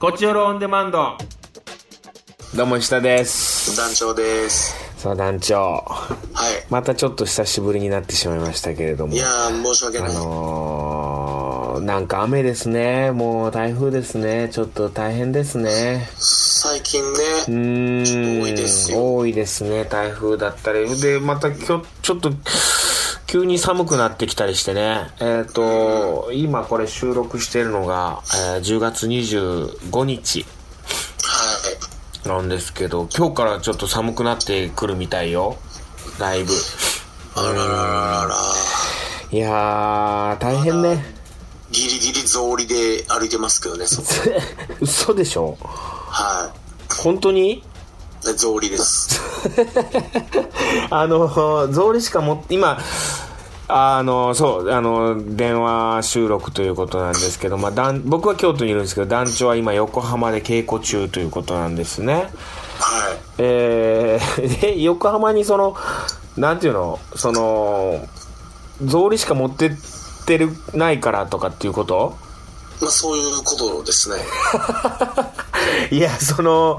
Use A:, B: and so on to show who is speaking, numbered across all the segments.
A: こちよろオンデマンド。
B: どうも下です
C: 団長です。
B: さあ団長
C: はい。
B: またちょっと久しぶりになってしまいましたけれども
C: いやー、申し訳
B: あ
C: ない。
B: のー、なんか雨ですねもう台風ですねちょっと大変ですね
C: 最近
B: う
C: ね、
B: ーん
C: 多いですよ
B: 多いですね台風だったりでまたきょちょっと急に寒くなってきたりしてねえっ、と今これ収録してるのが、えー10月25日
C: はい。
B: なんですけど今日からちょっと寒くなってくるみたいよだいぶ
C: あららららら。
B: いやー大変ね
C: ギリギリ草履で歩いてますけどね、そこ。
B: 嘘でしょ
C: は
B: 本当に
C: い。で草履です。
B: あの草履しか持って今あのそうあの電話収録ということなんですけど、まあ、団僕は京都にいるんですけど団長は今横浜で稽古中ということなんですね
C: は
B: えー、で横浜にそのなんていうのその草履しか持ってってるないからとかっていうこと
C: い。まあ、そういうことですね。
B: いやその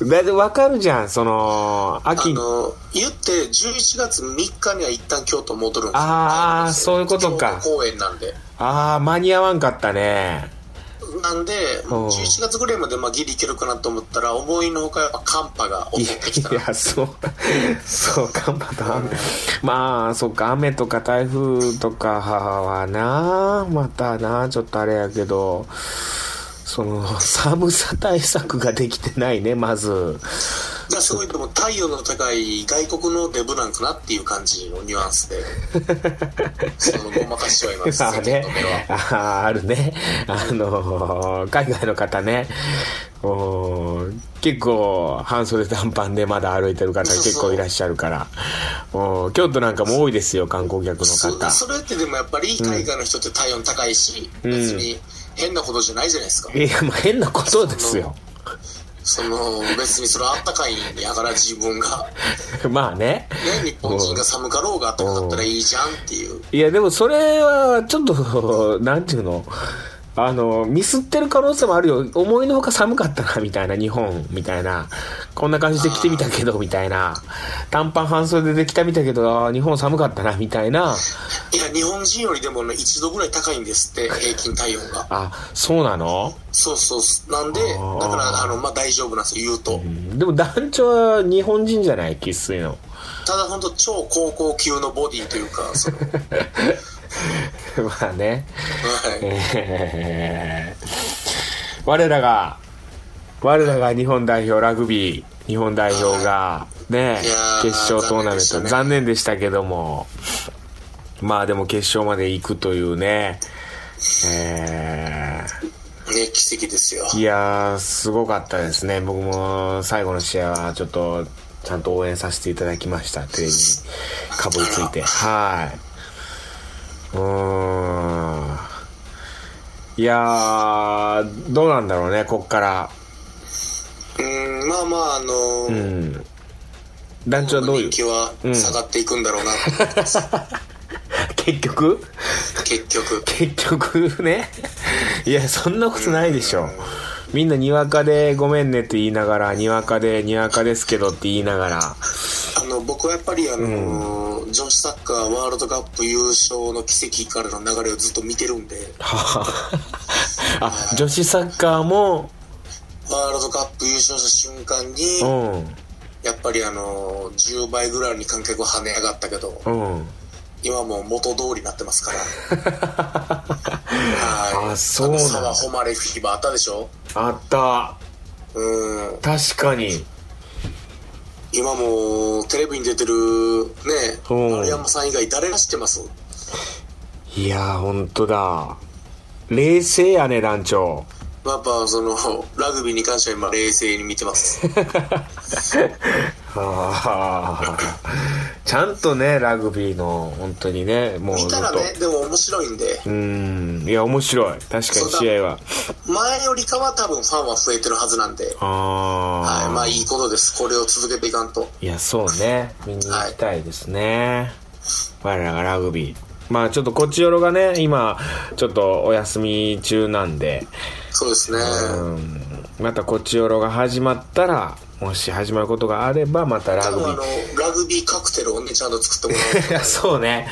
B: だいたいわかるじゃんその
C: あ
B: 秋
C: の、言って、11月3日には一旦京都戻るんです
B: あー
C: はい
B: そういうことか
C: 京都公演なんで。
B: ああ間に合わんかったね
C: なんで、
B: おう
C: 11月ぐらいまでまあギリいけるかなと思ったら、思いのほかやっぱ寒波が
B: い
C: 襲ってきたら。
B: や、そう、そうか、また雨。まあ、そうか、雨とか台風とかはな、またな、ちょっとあれやけど、その、寒さ対策ができてないね、まず。
C: がすごいでも太陽の高い外国のデブなんかなっていう感じのニュアンスで そのごまかしはいます
B: まあね
C: 世間の目は、
B: あーあるね。あのー海外の方ね、おー結構半袖短パンでまだ歩いてる方結構いらっしゃるから、おー京都なんかも多いですよ、観光客の
C: そ
B: 方。
C: それってでもやっぱり海外の人って体温高いし、別に変なことじゃないじゃないですか、
B: いや、まあ、変なことですよ。
C: その別にそれあったかいんやから自分が、
B: まあね。
C: ね、日本人が寒かろうがあったかかったらいいじゃんっていう
B: いや、でもそれは、ちょっと、なんていうのあの、ミスってる可能性もあるよ。思いのほか寒かったな、みたいな、日本、みたいな。こんな感じで来てみたけど、みたいな。短パン半袖で来たみたけど、あー日本寒かったな、みたいな。
C: いや日本人よりでもね1度ぐらい高いんですって平均体温が
B: あ、そうなの
C: そうそうなんでだ
B: ー
C: からあのまあ大丈夫なんですよ言うと、
B: うんでも団長は日本人じゃない、生粋の。
C: ただ本当超高校級のボディというか、 その、はい。
B: まあね。我らが我らが日本代表ラグビー日本代表がね
C: いやー
B: 決勝トーナメント
C: 残念でしたね
B: 残念でしたけどもまあでも決勝まで行くというねえ
C: ね、奇跡ですよ。
B: ーいやーすごかったですね僕も最後の試合はちょっとちゃんと応援させていただきましたテレビにかぶりついてはいうーんいやーどうなんだろうねこっから
C: うん、まあまあ、あの
B: う
C: ー、
B: ん団長はどういう
C: 人気は下がっていくんだろうな、
B: 結局
C: 結局。
B: 結局ねいやそんなことないでしょみんなにわかでごめんねって言いながらにわかでにわかですけどって言いながら
C: あの、僕はやっぱり、あのー、女子サッカーワールドカップ優勝の奇跡からの流れをずっと見てるんで、
B: はあ あ女子サッカーも
C: ワールドカップ優勝した瞬間に、
B: う
C: やっぱりあのー、10倍ぐらいに観客が跳ね上がったけど、
B: んうん
C: 今はもう元通りになってますから。 はい。
B: あそうなん
C: の差は誉れフィーバーあったでしょ
B: あった
C: うん。
B: 確かに
C: 今もうテレビに出てるね
B: うん
C: 丸山さん以外誰が知ってます
B: いやー本当だ冷静やね団長
C: やっぱそのラグビーに関しては今冷静に見てます
B: ああちゃんとねラグビーの本当にねもう
C: 見たら
B: ず
C: ね
B: っ
C: でも面白いんで
B: とうんいや面白い確かに試合は
C: 前よりかは多分ファンは増えてるはずなんで、
B: ああ、
C: はい、まあいいことですこれを続けていかんと
B: いやそうね見に行きたいですね、我らがラグビーまあちょっとこっちよろがね今ちょっとお休み中なんで
C: そうですね
B: うんまたこっちよろが始まったら、もし始まることがあれば、またラ
C: 多
B: グビ
C: 分あ
B: ー
C: の。、ラグビーカクテルをね、ちゃんと作ってもら
B: いや そうね。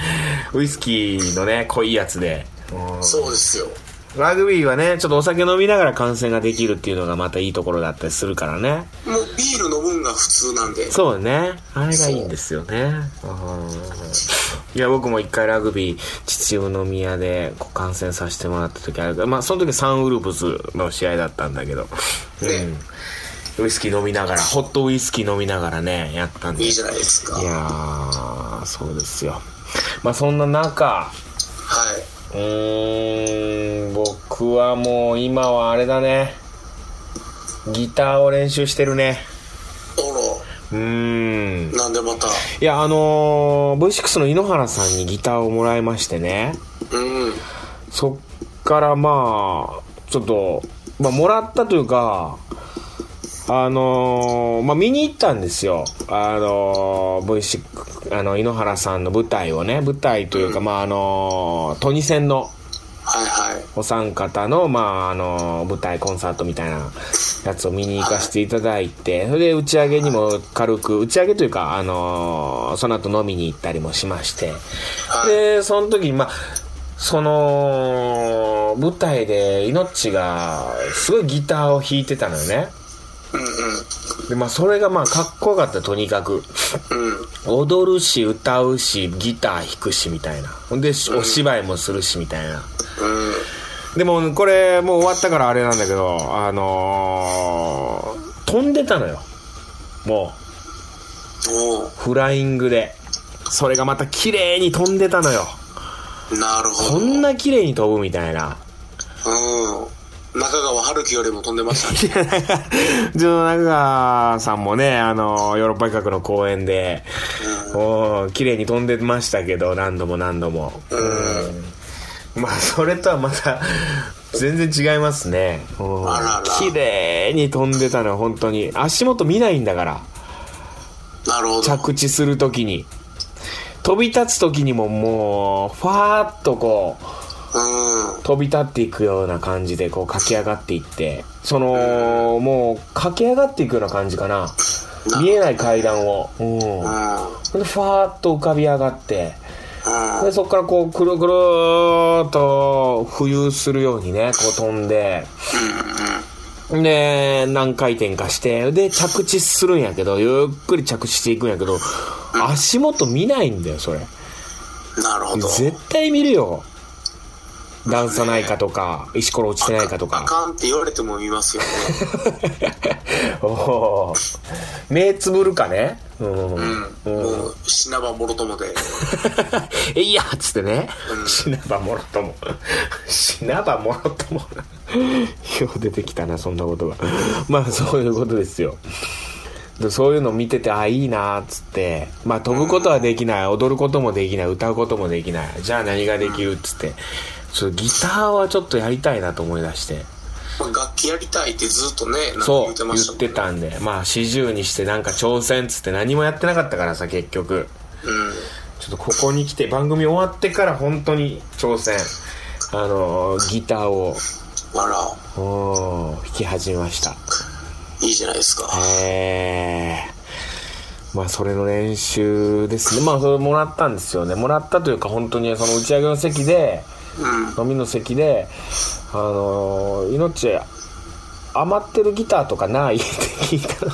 B: ウイスキーのね、濃いやつで。うん
C: う。そうですよ。
B: ラグビーはね、ちょっとお酒飲みながら観戦ができるっていうのがまたいいところだったりするからね。
C: もうビール飲むんが普通なんで。
B: そうね。あれがいいんですよね。うんいや、僕も一回ラグビー、秩父宮でこう観戦させてもらった時あるから、まあその時サンウルブズの試合だったんだけど、うん。ウイスキー飲みながら、ホットウイスキー飲みながらね、やったんで。
C: いい
B: い
C: じゃないですか。
B: や
C: はい。
B: ー、そうですよ。まあそんな中、うーん、僕はもう今はあれだね。ギターを練習してるね。
C: あ
B: うーん
C: ら、。なんでまた。
B: いや、あのー V6 の井ノ原さんにギターをもらいましてね。
C: うん。
B: そっからまあ、ちょっと、まあ、もらったというか、あのーまあ、見に行ったんですよ。あのー V6、あの、井ノ原さんの舞台をね、舞台というか、まあ、あのートニセンの、
C: はいはい。
B: お三方の、まあ、あの、舞台、コンサートみたいなやつを見に行かせていただいて、それで打ち上げにも軽く、打ち上げというか、あの、その後飲みに行ったりもしまして、で、その時に、まあ、その、舞台で、いのっちが、すごいギターを弾いてたのよね。
C: うん
B: で、まあ、それがまあ、かっこよかった、とにかく。
C: うん。うん。
B: 踊るし、歌うし、ギター弾くし、みたいな。ほんで、お芝居もするし、みたいな。
C: うん。
B: でもこれもう終わったからあれなんだけどあのー、飛んでたのよも
C: お
B: うフライングでそれがまた綺麗に飛んでたのよ
C: うなるほ
B: こ
C: ど。
B: んな綺麗に飛ぶみたいな
C: うん。中川春樹よりも飛んでましたね。
B: うちの中川さんもねあのヨーロッパ企画の公演でおー綺麗に飛んでましたけど何度も何度もうんまあそれとはまた全然違いますねうん
C: あらら
B: 綺麗に飛んでたのよ本当に足元見ないんだから
C: なるほど。
B: 着地するときに飛び立つときにももうファーッとこ
C: うん
B: う。飛び立っていくような感じでこう駆け上がっていってそのもう駆け上がっていくような感じかな見えない階段をうん
C: うん。うん。
B: でファーッと浮かび上がってでそこからこうくるくるーっと浮遊するようにねこう飛んでで何回転かしてで着地するんやけどゆっくり着地していくんやけど足元見ないんだよそれ
C: なるほど。
B: 絶対見るよ段差ないかとか石ころ落ちてないかと
C: あ
B: か
C: かんって言われても見ますよね。
B: おー目つぶるかねうん
C: うん。もう、死なばもろともで。
B: え いやっつってね
C: う、ん
B: 死なばもろとも。 死なばもろとも。 よう出てきたな、そんなことが。 まあ、そういうことですよ。でそういうの見てて、あ、いいなっつって、まあ、飛ぶことはできない、踊ることもできない、歌うこともできない、じゃあ何ができるっつって、ちょっとギターはちょっとやりたいなと思い出して、
C: まあ楽器やりたいってずっとね、なんか
B: そ
C: 言
B: う、
C: って
B: 言
C: ました
B: っ
C: もん
B: てたんで、まあ、40にしてなんか挑戦っつって何もやってなかったからさ、結局。
C: うん。
B: ちょっとここに来て番組終わってから本当に挑戦あのーギターを
C: あら、
B: おー弾き始めました
C: いいじゃないですか。
B: えー、まあそれの練習ですねまあそれもらったんですよねもらったというか本当にその打ち上げの席で
C: うん。
B: 飲みの席で「あのー、命余ってるギターとかない?」って聞いたの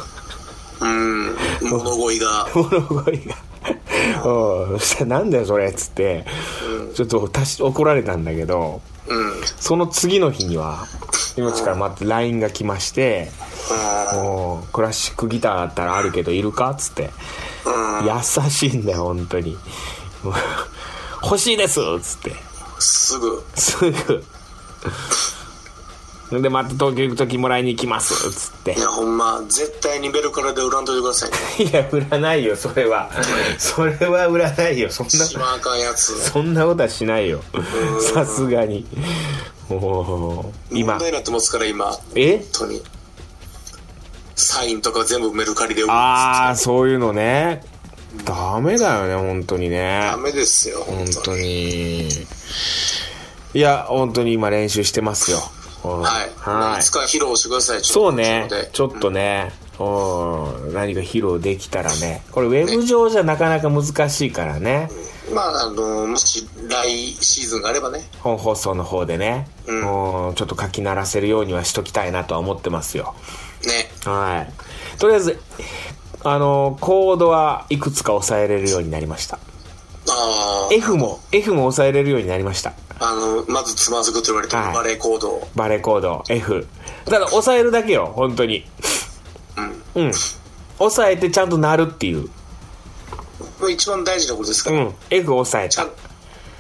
C: うん。物乞いが。
B: 物乞いが。 うん、そしたら「なんだよそれ」っつってちょっと足し怒られたんだけど
C: うん。うん。
B: その次の日には、命から待って LINE が来まして、もう、クラシックギターだったらあるけどいるかっつって。
C: うん。
B: 優しいんだよ、本当に。 もう欲しいですっつって。
C: すぐ。
B: すぐ。で、また東京行く時もらいに行きますっつって
C: い。や、ほんま、絶対にベルカラで売らんといてく ださいね。
B: いや、売らないよ、それは。それは売らないよ、そんな。
C: しまあかんやつ。
B: そんなことはしないよ。さすがに。もう、今
C: 今。問。題になってますから、今。
B: え
C: 本当に。サインとか全部メルカリで売る。
B: ああそういうのねダメだよね本当にね
C: ダメですよ、本
B: 本
C: 当
B: 当
C: に。
B: にいや本当に今練習してますよううん
C: はい。
B: はい
C: いつか披露してください。ちょ
B: そ
C: っと
B: うね
C: 後ほどで。
B: ちょっとね。うん、何か披露できたらね。これ、ウェブ上じゃなかなか難しいからね。
C: まあ、あの、もし来シーズンがあればね。
B: 本放送の方でね。うん、ちょっと書き鳴らせるようにはしときたいなとは思ってますよ。
C: ね。
B: はい。とりあえず、あの、コードはいくつか抑えれるようになりました。
C: ああ。
B: F も、F も抑えれるようになりました。
C: あの、まずつまずくと言われてる
B: はい
C: バレー行動。
B: バレーコード、F。ただ、抑えるだけよ、本当に。うん。抑えてちゃんと鳴るっていう。
C: これ一番大事なことですか
B: う
C: ら。
B: ん。F 抑え
C: ちゃ
B: た
C: ん。、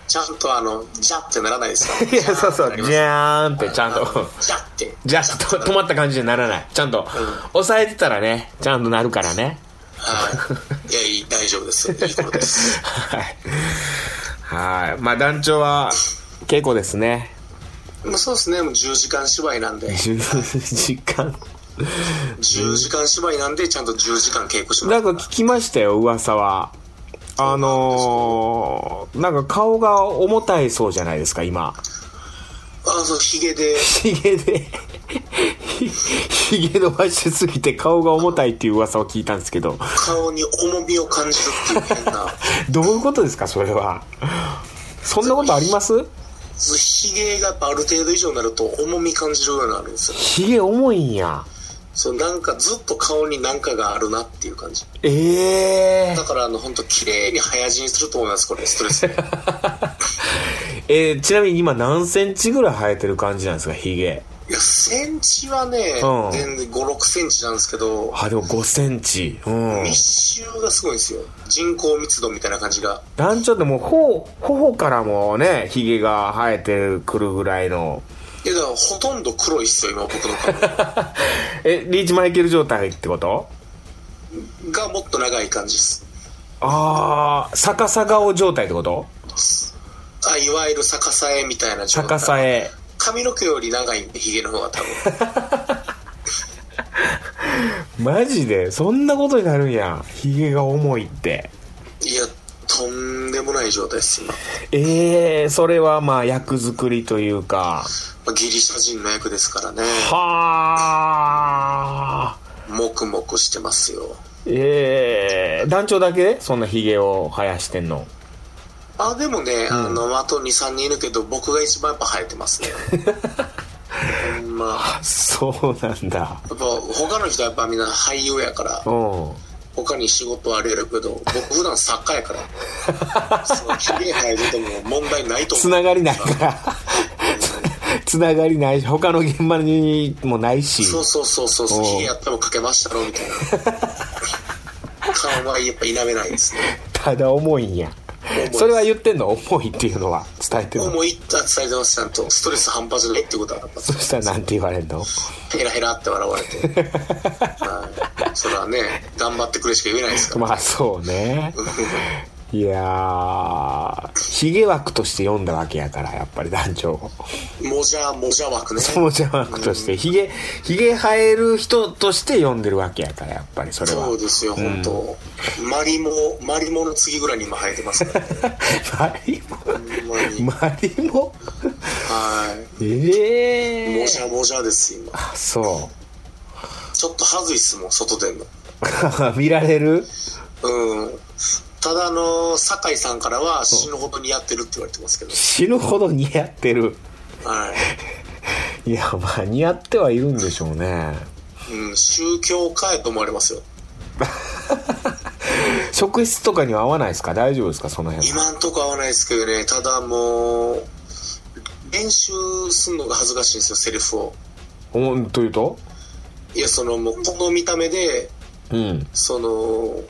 C: ちゃんとあの、じゃってならないですか
B: いや、そうそう、じ
C: ゃ
B: ゃーんってちゃんと。うん
C: じゃって。
B: じゃあ、と止まった感じにならない。ちゃんと。抑えてたらね、ちゃんと鳴るから ね。
C: はい。いや、いい、大丈夫です。いいこと です。
B: はい。はい。まあ、団長は、結構ですね。
C: まあ、そうですね、もう10時間芝居なんで。
B: 10時間。
C: 10時間芝居なんで、ちゃんと10時間稽古しま
B: な
C: す
B: ん。か聞きましたよ、噂は。あのー、なんか顔が重たいそうじゃないですか、今。
C: あ、そう、ヒゲで。
B: ヒゲで、 ひひげ伸ばしすぎて顔が重たいっていう噂を聞いたんですけど、
C: 顔に重みを感じるっていう変 な
B: どういうことですか、それは。そんなことあります
C: そうひげがやっぱある程度以上になると重み感じるようになるんですよ
B: ひげ重いんや。
C: そうなんかずっと顔になんかがあるなっていう感じ
B: え
C: だからあの本当綺麗に早死にすると思いますこれストレ スで
B: ー、えーちなみに今何センチぐらい生えてる感じなんですか、ひげ。
C: いやセンチはね、
B: うん
C: 全然56センチなんですけど
B: あ、でも5センチ。うん。
C: 密集がすごいんですよ人口密度みたいな感じが
B: 団長ってもう頬、頬からもね、ひげが生えてくるぐらい の。
C: いやだからほとんど黒いっすよ今僕の顔
B: え、リーチマイケル状態ってこと
C: がもっと長い感じです
B: あー、逆さ顔状態ってこと
C: あいわゆる逆さ絵みたいな状態
B: 逆さえ。
C: 髪の毛より長いんでヒゲの方が多分
B: マジでそんなことになるんや。ひげが重いって。
C: いや、とんでもない状態です、今。ま
B: えー、それはまあ役作りというか。
C: あギリシャ人の役ですからね、
B: はー。
C: 黙々してますよ。
B: えー、団長だけそんなひげを生やしてんの。
C: あ、でもね、あの、あと2、3人いるけど、僕が一番やっぱ生えてますね。ほんまあ、
B: そうなんだ。
C: やっぱ他の人はやっぱみんな俳優やから
B: う、ん。
C: 他に仕事はあれやけど、僕普段作家やから、 そのひげ生えてても問題ないと思う。
B: つながりないから。つながりないし、他の現場にもないし。
C: そうそうそうそうそう、
B: おう
C: ひげやったらかけましたろ、みたいな。 顔はやっぱ否めないですね。
B: ただ重いんや
C: 重いです
B: それは言ってんの重いっていうのは伝えてるの
C: 思いった伝えてますちゃんとストレス半端じゃないってことはやっぱ
B: そしたらなんて言われんの
C: ヘラヘラって笑われて、はい、それはね頑張ってくれしか言えないですから
B: まあそうねいやーヒゲ枠として読んだわけやからやっぱり団長を
C: もじゃもじゃ枠ね
B: その邪枠としてヒゲヒゲ生える人として読んでるわけやからやっぱりそれは
C: そうですよ本当、マリモマリモの次ぐらいに今生えてますから ね
B: マリ
C: ほんまに
B: モマリモ
C: は
B: え
C: い
B: え
C: もじゃもじゃです今
B: ー、そう
C: ちょっと恥ずいっすもん外出んの
B: 見られる
C: うんただあの酒井さんからは死ぬほど似合ってるって言われてますけど
B: 死ぬほど似合ってる
C: はい
B: いやまあ似合ってはいるんでしょうね
C: うん、宗教家やと思われますよ
B: 職質とかには合わないですか大丈夫ですかその辺は
C: 今んとこ合わないですけどねただもう練習すんのが恥ずかしいんですよセリフを
B: おんというと
C: いやそのもうこの見た目で
B: うん
C: その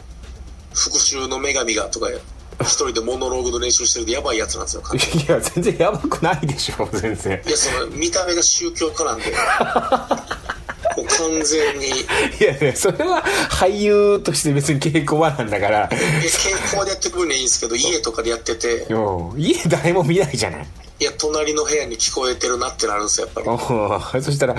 C: 復讐の女神がとか一人でモノローグの練習してるやばいやつなんですよ完全に
B: いや全然やばくないでしょ全然
C: いやその見た目が宗教家なんでもう完全にいや
B: いやいやそれは俳優として別に稽古場なんだから
C: 健康でやってくるねいいんですけど家とかでやってて
B: うん家誰も見ないじゃない
C: いや隣の部屋に聞こえてるなってなるんですよやっぱり
B: おーそしたら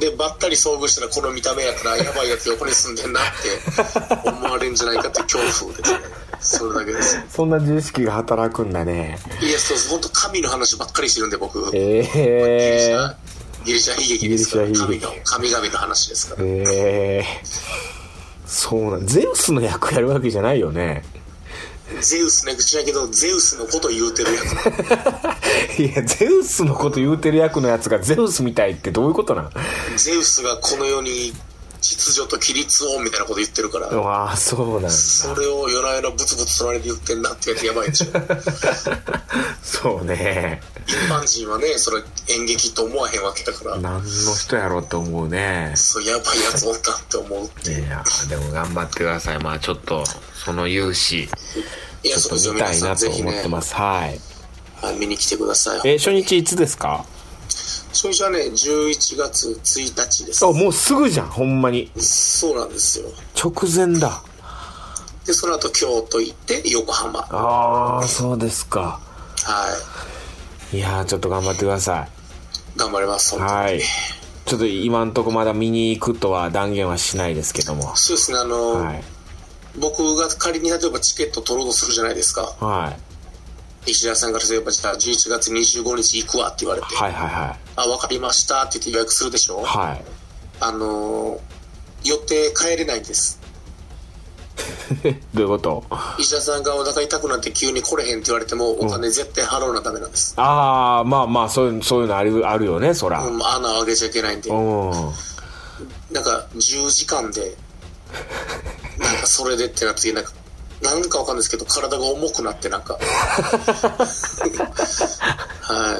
C: でばったり遭遇したらこの見た目やからやばいやつ横に住んでんなって思われんじゃないかって恐怖ですねそれだけです
B: そんな自意識が働くんだね
C: いやそう本当神の話ばっかりしてるんで僕
B: ええ
C: ギリシャギリシャ悲劇ですから
B: ギリシャ悲
C: 神
B: 劇
C: の神々の話ですから
B: ええそうなんゼウスの役やるわけじゃないよね
C: ゼウスね口だけどゼウスのこと言うてるやつ
B: いやゼウスのこと言うてる役のやつがゼウスみたいってどういうことなん
C: ゼウスがこの世に秩序と規律をみたいなこと言ってるから
B: ああそうなんだ
C: それを夜な夜なブツブツ取られて言ってんなってやつやばい でしょ
B: そうね
C: 一般人はねそれ演劇と思わへんわけだから
B: 何の人やろうって思うね
C: そうやばいやつおったって思 うって
B: いやでも頑張ってくださいまあちょっとその勇姿
C: いや
B: ち
C: そう
B: ょ
C: で
B: っ
C: す
B: と
C: よ
B: 見た
C: 皆
B: い
C: さん
B: なと
C: ぜひ
B: 思っ
C: ね
B: てます、はい
C: はい見に来てください
B: えー初日いつですか
C: 初日はね11月1日です
B: あもうすぐじゃんほんまに
C: そうなんですよ
B: 直前だ
C: でその後京都行って横浜は
B: ああそうですか
C: い
B: いやーちょっと頑張ってくださ
C: 頑張ります
B: い
C: 本当に
B: はいちょっと今んとこまだ見に行くとは断言はしないですけども
C: そうですねあの、
B: はい
C: 僕が仮に例えばチケット取ろうとするじゃないですか
B: はい
C: 石田さんからすればじゃあ11月25日行くわって言われて「
B: はいはいはい
C: あ分かりました」って言って予約するでしょ
B: はい
C: あの予定変えれないんです
B: どういうこと
C: 石田さんがお腹痛くなって急に来れへんって言われてもお金絶対払うなダメなんです、
B: ああまあまあそういうそういうのあるあるよねそら
C: う
B: うん
C: ん、穴を開けちゃいけないんで
B: は
C: なんか10時間でなんかそれでってなってなんかなんかわかんないですけど体が重くなってなんかは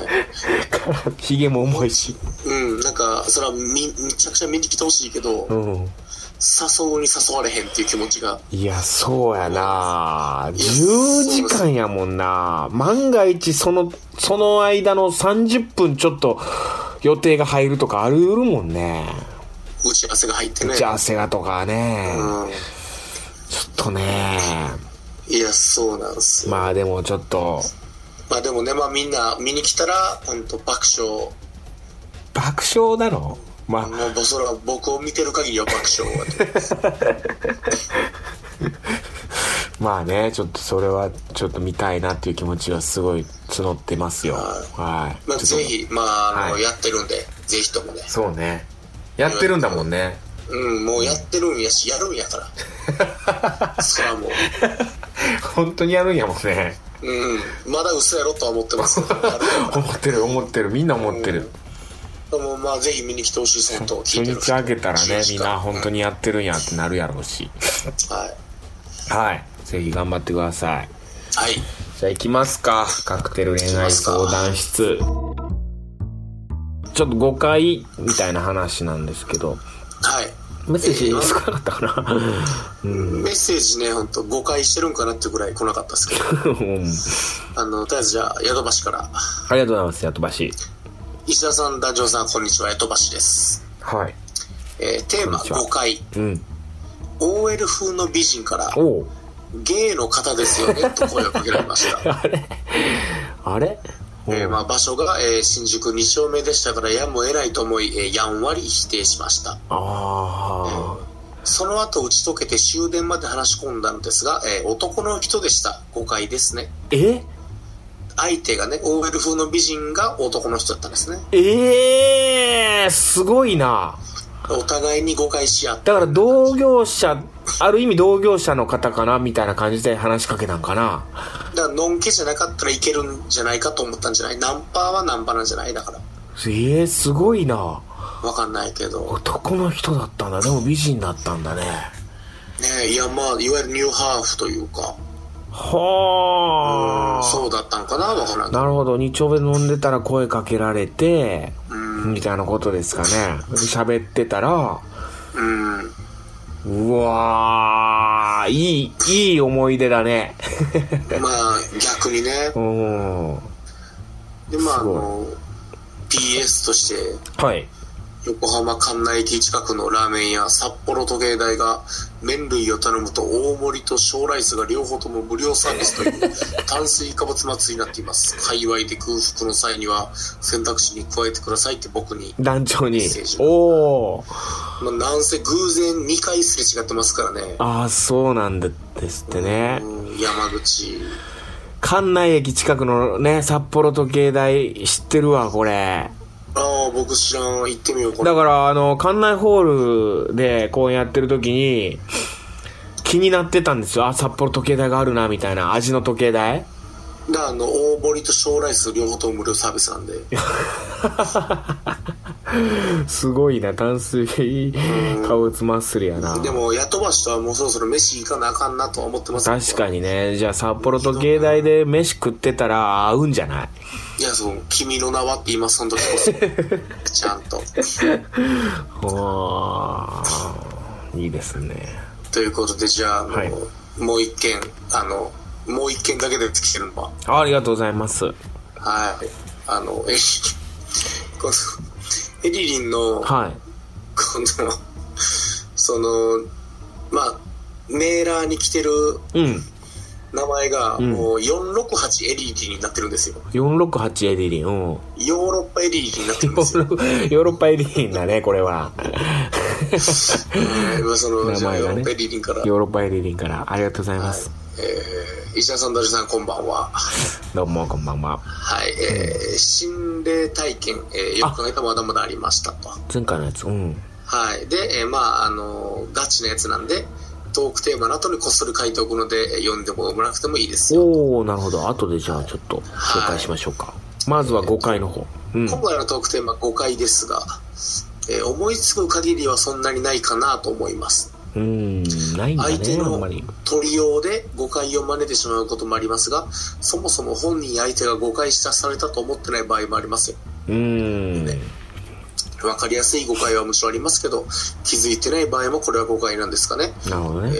C: い
B: ひげも重いし
C: うん、なんか、それはみ、めちゃくちゃ見に来てほしいけど、
B: うん
C: 誘うに誘われへんっていう気持ちが。
B: いやそうやな10
C: いや
B: 時間やもんな万が一そのその間の30分ちょっと予定が入るとかあるもんね
C: 打ち合わせが入ってね。
B: じゃあセガとかね、
C: うん。
B: ちょっとね
C: いや、そうなんですよ。ま
B: まあでもちょっと
C: あでもね、まあみんな見に来たら、ほんと爆笑。
B: 爆笑なのまあ
C: もう、それは僕を見てる限りは爆笑は。
B: まあね、ちょっとそれはちょっと見たいなっていう気持ちはすごい募ってますよ。は
C: まあ
B: い。ちょっ
C: ぜ
B: と
C: ひ、まあ、あの、
B: はい
C: やってるんで、ぜひともね。
B: そうね。やってるんだもんね。
C: うん、もうやってるんやし、やるんや から。そらもう。
B: 本当にやるんやもんね。
C: うん、まだ嘘やろとは思っ てますけど、やるんやか
B: 思ってる思ってる。みんな思ってる。
C: らでもまあぜひ見に来てほしい、そのと
B: 初
C: 聞いてる
B: 日
C: 人。
B: あげたらね、みんな本当
C: に。
B: にやってるんやってなるやろうし。
C: はい。
B: はい。ぜひ頑張ってください。
C: はい。
B: じゃあ行きますか。カクテル恋愛相談室。ちょっと誤解みたいな話なんですけど、
C: はい。
B: メッセージ少なかったかな。
C: メッセージね、本当誤解してるんかなってぐらい来なかったですけ ど、
B: うん
C: あの、とりあえずじゃあ、ヤドバシから。
B: ありがとうございます、やとばし。
C: 石田さん、団長さん、こんにちは、ヤドバシです。
B: はい。
C: えーテーマ
B: こんにちは
C: 誤解。
B: うん。
C: OL 風の美人から、
B: おう。
C: ゲイの方ですよね、と声をかけられ ました。
B: あれあれおう
C: えーまあ、場所が、えー新宿2丁目でしたから、やむを得ないと思い、えーやんわり否定しました。
B: あ
C: その後、打ち解けて終電まで話し込んだのですが、えー男の人でした。誤解ですね。
B: ー。え
C: 相手がね、OL 風の美人が男の人だったんですね。
B: えー、すごいな。
C: お互いに誤解し合って
B: だから同業者、ある意味同業者の方かなみたいな感じで話しかけたんかな。
C: だからのんけじゃなかったらいけるんじゃないかと思ったんじゃないナンパはナンパなんじゃないだから
B: えー、すごいな。
C: わかんないけど
B: 男の人だったんだ。でも美人だったんだね。
C: ねえいやまあいわゆるニューハーフというか
B: はあ。
C: そうだったんかなわからんない
B: なるほど。二丁目飲んでたら声かけられて、
C: うん
B: みたいなことですかね。喋ってたら、
C: うん
B: うわー、いい、いい思い出だね。
C: まあ逆にね
B: うん。は
C: でまああ
B: すごい
C: の PS として
B: い。
C: 横浜関内駅近くのラーメン屋札幌時計台が麺類を頼むと大盛りと小ライスが両方とも無料サービスという炭水化物祭りになって います界隈で空腹の際には選択肢に加えてくださいって僕に、
B: 団長に
C: 失礼。します
B: おー。
C: まあ、なんせ偶然2回すれ違ってますからね
B: ああ、そうなんだですってね。
C: うん山口
B: 関内駅近くのね、札幌時計台知ってるわ、これ。
C: あああ、僕知らん。行ってみよう、これ。
B: だから、あの、館内ホールで公演やってる時に、気になってたんですよ。あ、札幌時計台があるな、みたいな。味の時計台
C: だからあの、大盛りと小ライス両方とも無料サービスなんで。
B: すごいな、淡水顔うつまっすりやな。
C: でも、雇わしとはもうそろそろ飯行かなあかんなとは思ってますけど
B: 確かにね、じゃあ札幌時計台で飯食ってたら合うんじゃない
C: いや、その、君の名はって言います、その時こ そ。ちゃんと。
B: おーいいですね。
C: ということで、じゃあ、あの
B: はい
C: もう一件、あの、もう一件だけで来てるのは、
B: あありがとうございます。
C: はい。あの、え、この、エリリンの、こ
B: はい。
C: の、その、まあ、メーラーに来てる
B: うん。
C: 名前が、もう468エリリンになってるんですよ。
B: 468エリリン。うん。
C: ヨーロッパエリリンになってるんですよ。
B: ヨーロッパエリリンだね、これは。
C: えーその、
B: 名
C: じゃあ
B: 前
C: ヨ
B: が
C: ーロ
B: ね
C: ッパエリリンから、
B: ヨーロッパエリリンから。ありがとうございます。
C: えー石田さん、ダルさん、こんばんは。
B: どうも、こんばんは。
C: はい、えー心霊体験、えーよく考えたらまだまだありましたと。
B: 前回のやつ。うん。
C: はい。で、えーまあ、あのーガチのやつなんで、トークテーマの後にこっそり書いておくので、えー読んでもらわなくてもいいですよ。
B: おー、なるほど。後でじゃあちょっと紹介しましょうか。まずは5回の方。うん。
C: 今回のトークテーマ5回ですが、えー思いつく限りはそんなにないかなと思います。
B: うん、ないんだ
C: 相手
B: ね、あ
C: の
B: んまり。
C: 取りようで誤解を招いてしまうこともありますが、そもそも本人や相手が誤解したされたと思ってない場合もありますよ。
B: うん。
C: わかりやすい誤解はむしろありますけど、気づいてない場合もこれは誤解なんですかね。
B: なるほどね。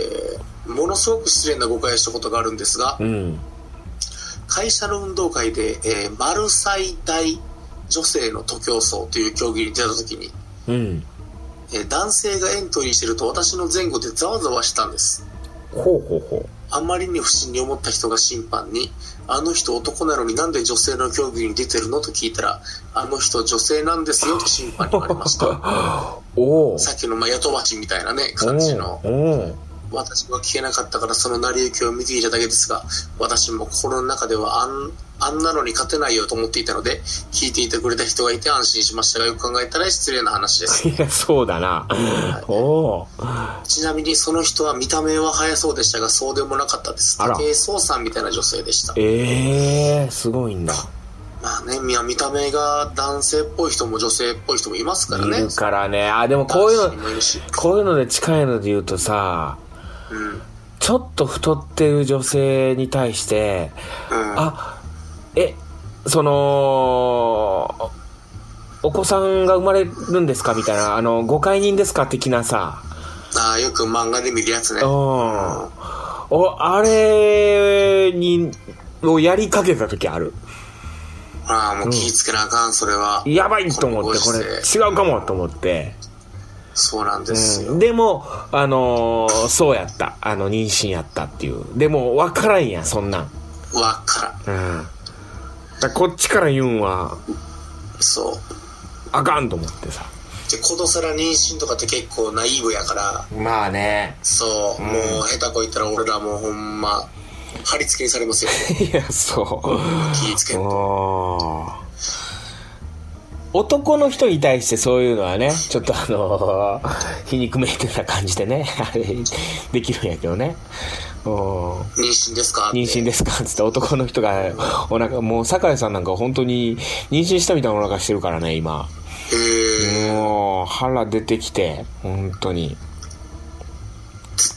C: ものすごく失礼な誤解をしたことがあるんですが
B: う、ん。
C: 会社の運動会で、えー、マルサイ大女性の徒競走という競技に出た時に、
B: うん。
C: えー男性がエントリーしてると私の前後でざわざわしたんです。
B: ほうほうほ
C: あまりに不審に思った人が審判に、あの人男なのになんで女性の競技に出てるのと聞いたら、あの人女性なんですよと審判に言われま した。
B: う。おー。
C: さっきの、まあ、雇わちみたいなね、感じの。
B: おー。
C: 私は聞けなかったからその成り行きを見ていただけですが私も心の中ではあんあんなのに勝てないよと思っていたので聞いていてくれた人がいて安心しましたがよく考えたら失礼な話です
B: いや、そうだな。おー。
C: ちなみにその人は見た目は早そうでしたがそうでもなかったです
B: あら
C: 武井壮さんみたいな女性でした
B: えー、すごいんだ。
C: まあねみ見た目が男性っぽい人も女性っぽい人もいますから
B: い
C: ね
B: るからね。あ、でもこういう
C: 男子
B: の、
C: もいるし
B: こういうので近いので言うとさ、
C: うんうん
B: ちょっと太ってる女性に対して、あ、え、その、お子さんが生まれるんですかみたいな、あの、ご解任ですか的なさ。
C: あーよく漫画で見るやつね
B: うん。お、あれに、をやりかけた時ある。
C: ああもう気ぃつけなあかんそれは
B: やばいと思って、こ
C: この
B: れ
C: ご時世
B: 違うかもと思って。
C: そうなんですよ、
B: うんでも、あのーそうやった。あの、妊娠やったっていう。でも、わからんやん、そんなん。うん。
C: わからん
B: だからこっちから言うんは、
C: そう
B: あかんと思ってさ。
C: でことさら妊娠とかって結構ナイーブやから
B: まあね。
C: そう、もう下手こいったら俺らもうほんま貼り付けにさ れますよ
B: いや、そう。
C: 気ぃつけんと
B: あー男の人に対してそういうのはね、ちょっとあのー皮肉めいてた感じでね、 あれ、できるんやけどね。うん
C: 妊娠ですかって
B: 妊娠ですかつって男の人がお腹もう酒井さんなんか本当に妊娠したみたいなお腹してるからね今
C: へえ
B: もう腹出てきて本当に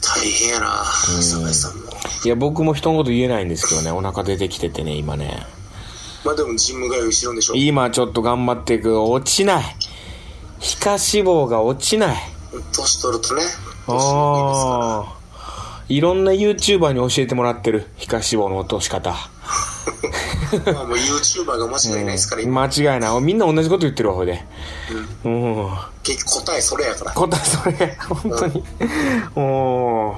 C: 大変やな酒井さんも
B: いや僕も人のこと言えないんですけどねお腹出てきててね今ね
C: まあでもジムがよ後ろんでしょ
B: 今ちょっと頑張っていく落ちない皮下脂肪が落ちない
C: 年取るとね
B: ああいろんな YouTuber に教えてもらってる皮下脂肪の落とし方
C: 年まあもう YouTuber が間違いないですから、今
B: 間違いないみんな同じこと言ってるわほいでうん
C: 結局答えそれやから
B: 答えそれ本当におー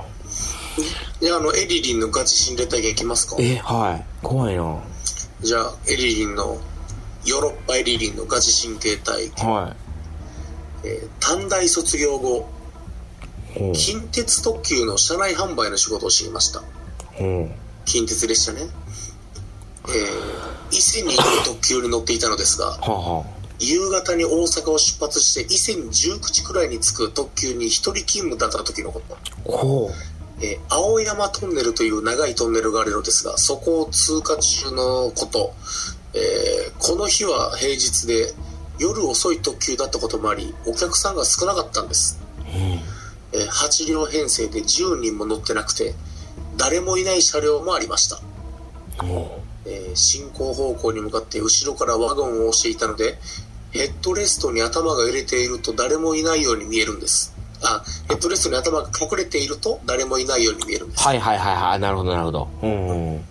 C: じゃああのエリリンのガチ心霊体験いきますか
B: えはい怖いなは
C: じゃあエリリンのヨーロッパエリリンのガチ心霊体験えー短大卒業後
B: いほ
C: 近鉄特急の車内販売の仕事をしていました
B: うほ
C: 近鉄列車ねえー伊勢に行く特急に乗っていたのですが
B: うはあは
C: 夕方に大阪を出発して以前19時くらいに着く特急に一人勤務だった時のこと
B: ほ
C: えー青山トンネルという長いトンネルがあるのですがそこを通過中のこと、えーこの日は平日で夜遅い特急だったこともありお客さんが少なかったんです、えー8両編成で10人も乗ってなくて誰もいない車両もありました、
B: うほ
C: えー進行方向に向かって後ろからワゴンを押していたのでヘッドレストに頭が入れていると誰もいないように見えるんですあヘッドレストに頭が隠れていると誰もいないように見えるんです
B: うはいはいはいはいなるほどなるほどうん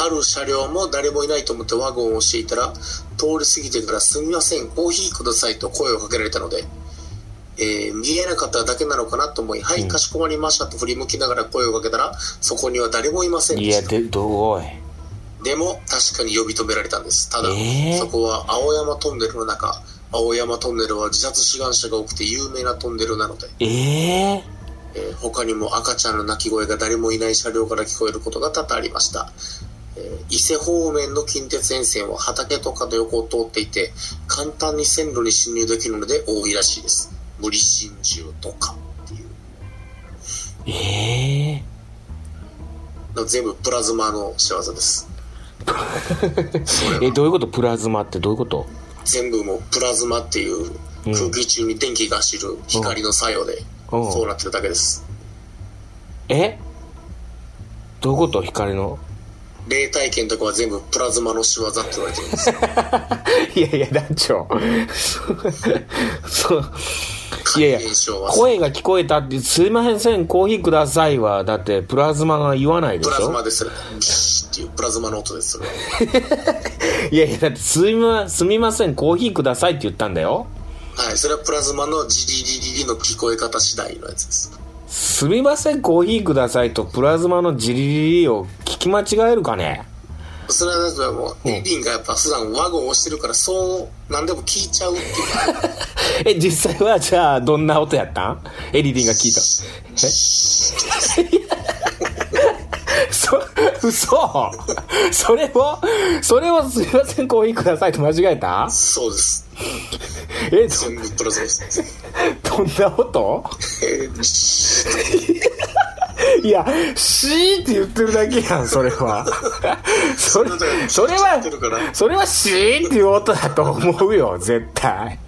C: ある車両も誰もいないと思ってワゴンを押していたら通り過ぎてから「すみませんコーヒーください」と声をかけられたので、えー見えなかっただけなのかなと思い「はいかしこまりました」と振り向きながら声をかけたらそこには誰もいません
B: い
C: でし
B: や
C: た
B: でどごい
C: でも確かに呼び止められたんですただ、
B: えー
C: そこは青山トンネルの中青山トンネルは自殺志願者が多くて有名なトンネルなので、
B: ええ
C: えー他にも赤ちゃんの泣き声が誰もいない車両から聞こえることが多々ありました、えー伊勢方面の近鉄沿線は畑とかの横を通っていて簡単に線路に進入できるので多いらしいです無理心中とかっていう
B: ええ
C: の全部プラズマの仕業です
B: えどういうことプラズマってどういうこと
C: 全部もうプラズマっていう空気中に電気が走る光の作用で
B: うん
C: そうなってるだけです
B: えどういうこと光の
C: 霊体験とかは全部プラズマの仕業って言われてるんです
B: いやいや団長そういやいや
C: 怪現象は
B: 声が聞こえたって「すいませんコーヒーください」はだってプラズマが言わないでし
C: プラズ
B: ょ
C: マですよビシッっていうプラズマの音ですそれはい
B: やいやだってすいま「すみませんコーヒーください」って言ったんだよ
C: はい、それはプラズマのジリリリリの聞こえ方次第のやつです。
B: すみません、コーヒーくださいとプラズマのジリリリを聞き間違えるかね
C: それはだからもう、
B: うん
C: エリンがやっぱ普段ワゴンを押してるから、そう、何でも聞いちゃうっていうか、
B: え、実際はじゃあどんな音やったんエリリンが聞いた。えそ、嘘それを、それをすみません、コーヒーくださいと間違えた
C: そうです。
B: え、
C: 全部プラズマです。
B: ど、どんな音
C: えーシーッ
B: いや、シーって言ってるだけやん、それは。それ、それは、それはシーっていう音だと思うよ、絶対。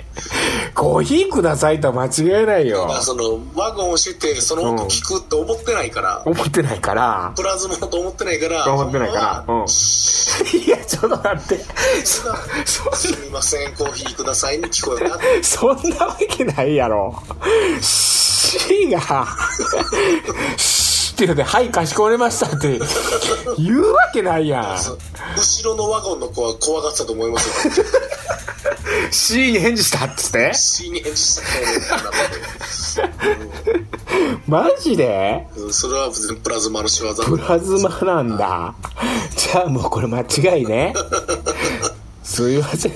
B: コーヒーくださいとは間違えないよ
C: ま。あその、ワゴンを押してて、その音聞くって思ってないから、
B: 思ってないから。
C: プラズマと思ってないから、
B: 思ってないから。うん。いや、ちょっと待って。
C: それが
B: そ
C: すみません、コーヒーくださいに聞こえた。
B: そんなわけないやろ。シーが、シーって言うて、はい、かしこまりましたって言うわけないやん。
C: 後ろのワゴンの子は怖がってたと思いますよ。
B: シーに返事したっつって。
C: シーに返事したと思うんだけど
B: マジで
C: うんそれは別にプラズマの仕業
B: プラズマなんだ。じゃあもうこれ間違いね。すいません。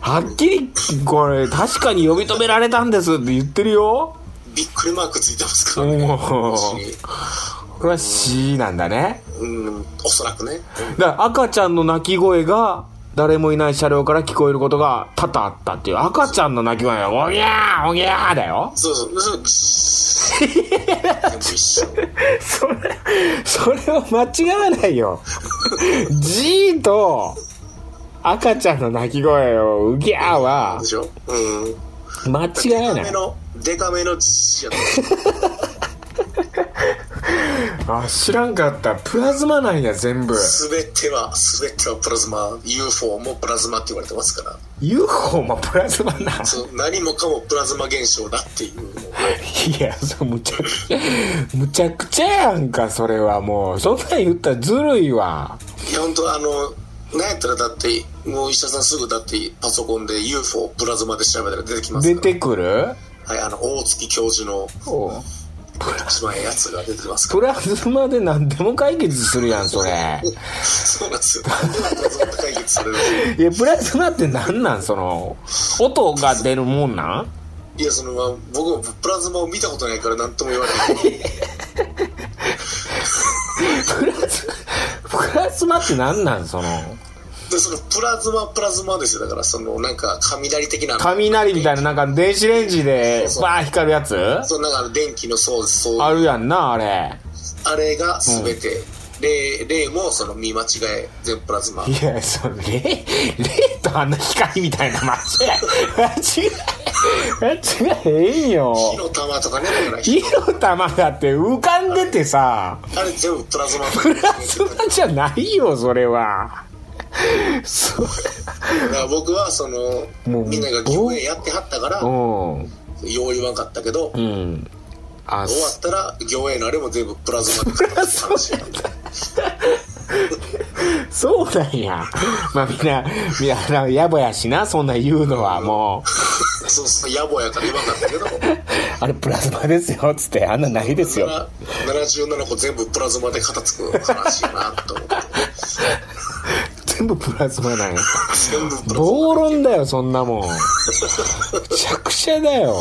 B: はっきり、これ、確かに呼び止められたんですって言ってるよ。
C: びっくりマークついてますからね
B: お
C: 腰
B: ー
C: に
B: これは C なんだね。
C: うんおそらくねうん
B: だから赤ちゃんの泣き声が、誰もいない車両から聞こえることが多々あったっていう。赤ちゃんの泣き声が、おぎゃーおぎゃーだよ。
C: そうそうそう全部一緒
B: それ、それは間違わないよ。G と、赤ちゃんの泣き声を、うぎゃーは
C: で、しょうん
B: 間違わ
C: デカ
B: な
C: め
B: い。
C: のデカめのチッやった
B: あ、知らんかった。プラズマなんや、全部。
C: 全ては全てはプラズマ UFO もプラズマって言われてますから
B: UFO もプラズマなん。
C: そう何もかもプラズマ現象だっていうのを
B: いや、そう、むちゃくちゃ、むちゃくちゃやんか、それはもう。そんなん言ったらずるいわ。
C: いや本当あのなんやったらだってもう医者さんすぐだってパソコンで UFO プラズマで調べたら出てきます
B: 出
C: から
B: てくる
C: はいあの大月教授の
B: お
C: 一番ええやつが出てますから
B: プラズマで何でも解決するやん、それ。
C: そうなんですよ。ずっと解決される。
B: いや、プラズマって何なん、その、音が出るもんなん
C: いや、その、まあ、僕もプラズマを見たことないから何とも言わない。
B: プラズ、プラズマって何なん、その、
C: でそのプラズマプラズマですよだからそのなんか雷的な
B: 雷みたいな、なんか電子レンジで
C: そうそう
B: バーン光るやつ
C: そうなんか電気のそうそう
B: あ
C: あ
B: るやんな、あれ。
C: れが全て、例例もその見間違え全プラズマ
B: いや、それ、レ、レとあの光みたいな、間違い、間違い、間違い、ええんよ。
C: 火の玉とかねだから
B: 火の玉だって浮かんでてさ、
C: あれ全部プラズマと
B: プ
C: か
B: ラズマじゃないよ、それは。そ
C: だから僕はその
B: もう
C: みんなが共演やってはったから
B: う
C: よ
B: ん。
C: う言わんかったけど、
B: うん。あ、
C: 終わ
B: そ
C: ったら行営のあれも全部プラズマで買ったって話
B: そうなんや。まあみんな、みんな、やぼやしな、そんな言うのはもう。
C: そうそう野暮やから言わんかったけど
B: あれプラズマですよ、つって。あんなないですよ。
C: 77個全部プラズマで片付く話やなと思って
B: 全部プラズマなんや。
C: 全部プラズマ
B: 暴論だよ、そんなもん。めちゃくちゃだよ。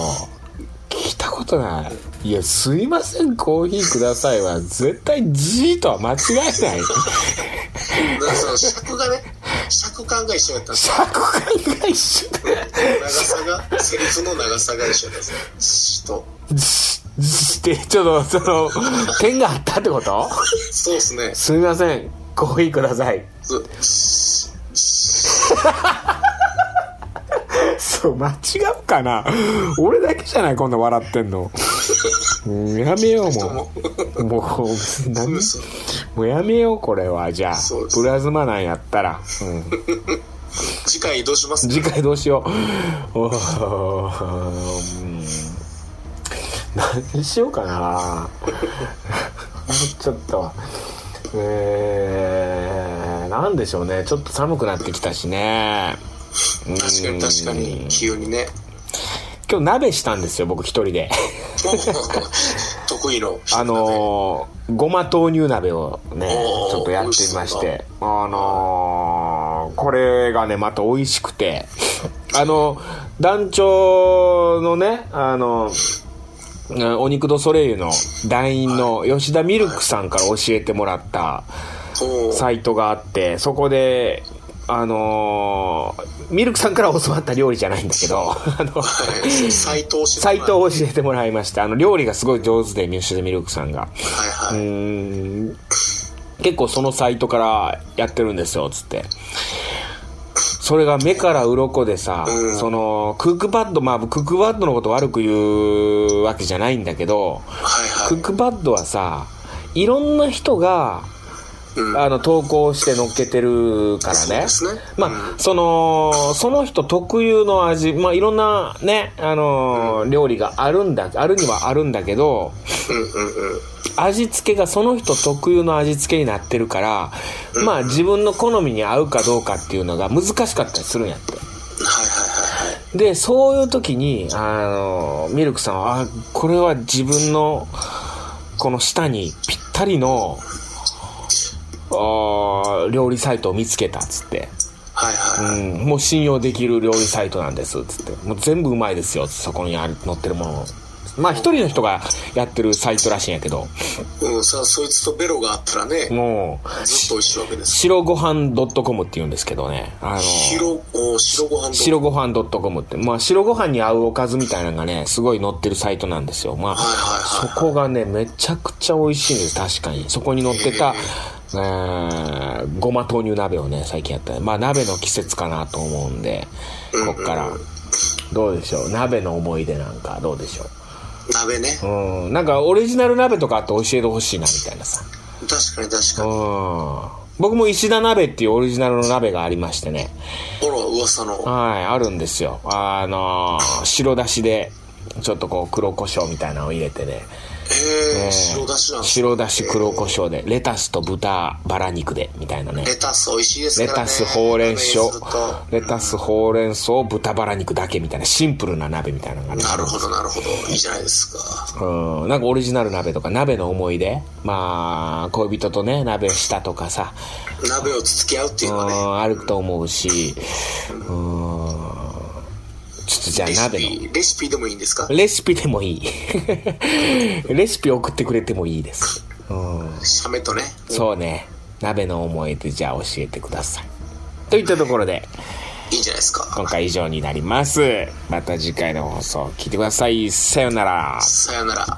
B: 聞いたことない。いや、すいません、コーヒーくださいは、絶対 G とは間違えない。
C: だからその尺がね尺感が一緒やったんですよ
B: 尺感が一緒だ。
C: 長さがセリフの長さが一緒やったんですよと
B: G、G って、ちょっと、その、点があったってこと
C: そうですね
B: すいません、コーヒーください。
C: そう
B: そう、間違うかな俺だけじゃない、こんな笑ってんの。うんやめよう、もう。もう、何
C: そう
B: もうやめよう、これは。じゃあ
C: そうで、す
B: プラズマなんやったら。うん
C: 次回どうします
B: 次回どうしよ う。おーうん何しようかな。 ちょっと。えー、なんでしょうね。ちょっと寒くなってきたしね。確
C: 確かに確かに急にね
B: 今日鍋したんですよ、僕一人で。
C: もう得意の
B: あのー、ごま豆乳鍋をね、
C: おー
B: ちょっとやってみまし
C: 美味
B: て。あのー、これがね、また美味しく て。あの、団長のね、あの、うんお肉ドソレイユの団員の吉田ミルクさんから教えてもらった
C: おー
B: サイトがあって、そこで、あのーミルクさんから教わった料理じゃないんだけど、あの、
C: はいそう斎藤氏
B: サイトを教えてもらいました。あの、料理がすごい上手で、ミュッシュでミルクさんが。
C: は
B: う
C: いはい
B: ーん結構そのサイトからやってるんですよつってそれが目から鱗でさ、
C: うん
B: そのクックパッドまあクックパッドのこと悪く言うわけじゃないんだけど、
C: はい
B: ク
C: は
B: ックパッドはさいろんな人が
C: いうん
B: あの投稿して載っけてるから
C: そう
B: ね
C: ですね
B: まあ、そのその人特有の味、まあ、いろんなね、あのー料理があるんだあるにはあるんだけど、
C: うんうんうん
B: 味付けがその人特有の味付けになってるから、まあ自分の好みに合うかどうかっていうのが難しかったりするんやって。
C: はいはいはいはい
B: で、そういう時に、あの、ミルクさんは、あ、これは自分の、この舌にぴったりの、あー料理サイトを見つけたっつって、
C: はいはいはい
B: うん、もう信用できる料理サイトなんですっつってもう全部うまいですよそこにある載ってるものまあ一人の人がやってるサイトらしいんやけど
C: うん、さあそいつとベロがあったらね、
B: もう
C: ずっと一緒わけです。
B: 白ご飯 .com って言うんですけどね。あの、
C: 白お白ご飯と
B: 白ご飯 .com って、まあ白ご飯に合うおかずみたいなのがね、すごい載ってるサイトなんですよ。まあ、
C: はいはい
B: そ
C: は
B: こがね、めちゃくちゃ美味しいんです、確かに。そこに載ってた、えー、ごま豆乳鍋をね、最近やったね。まあ鍋の季節かなと思うんで、こっから。どうでしょう鍋の思い出なんかどうでしょ
C: い。鍋ね。
B: ううん。なんかオリジナル鍋とかあって教えてほしいな、みたいなさ。
C: 確かに
B: う
C: 確かに。
B: ん。僕も石田鍋っていうオリジナルの鍋がありましてね。
C: ほら、噂の。
B: はい、あるんですよ。あのー白だしで、ちょっとこう黒胡椒みたいなのを入れてね。
C: へえ、白だしなんですね
B: 白だし黒胡椒で、レタスと豚バラ肉で、みたいなね。
C: レタス美味しいです
B: レ
C: からね。
B: タス、ほうれん草
C: 鍋にすると、
B: レタス、ほうれん草、豚バラ肉だけみたいな、シンプルな鍋みたいなのがある。
C: なるほどなるほど。いいじゃないですか。
B: うん、なんかオリジナル鍋とか、鍋の思い出。まあ、恋人とね、鍋したとかさ、
C: 鍋をつつき合うっていう
B: う
C: のはね。
B: ん、あると思うし、うん、ちょっとじゃあ
C: レシ
B: 鍋の。
C: ピ、レシピでもいいんですか
B: レシピでもいい。 レシピ送ってくれてもいいです。うん、
C: シャメとね。
B: そうね。鍋の思い出じゃあ教えてください。といったところで、
C: いいんじゃないですか。
B: 今回以上になります。また次回の放送を聞いてください。さようなら。
C: さよなら。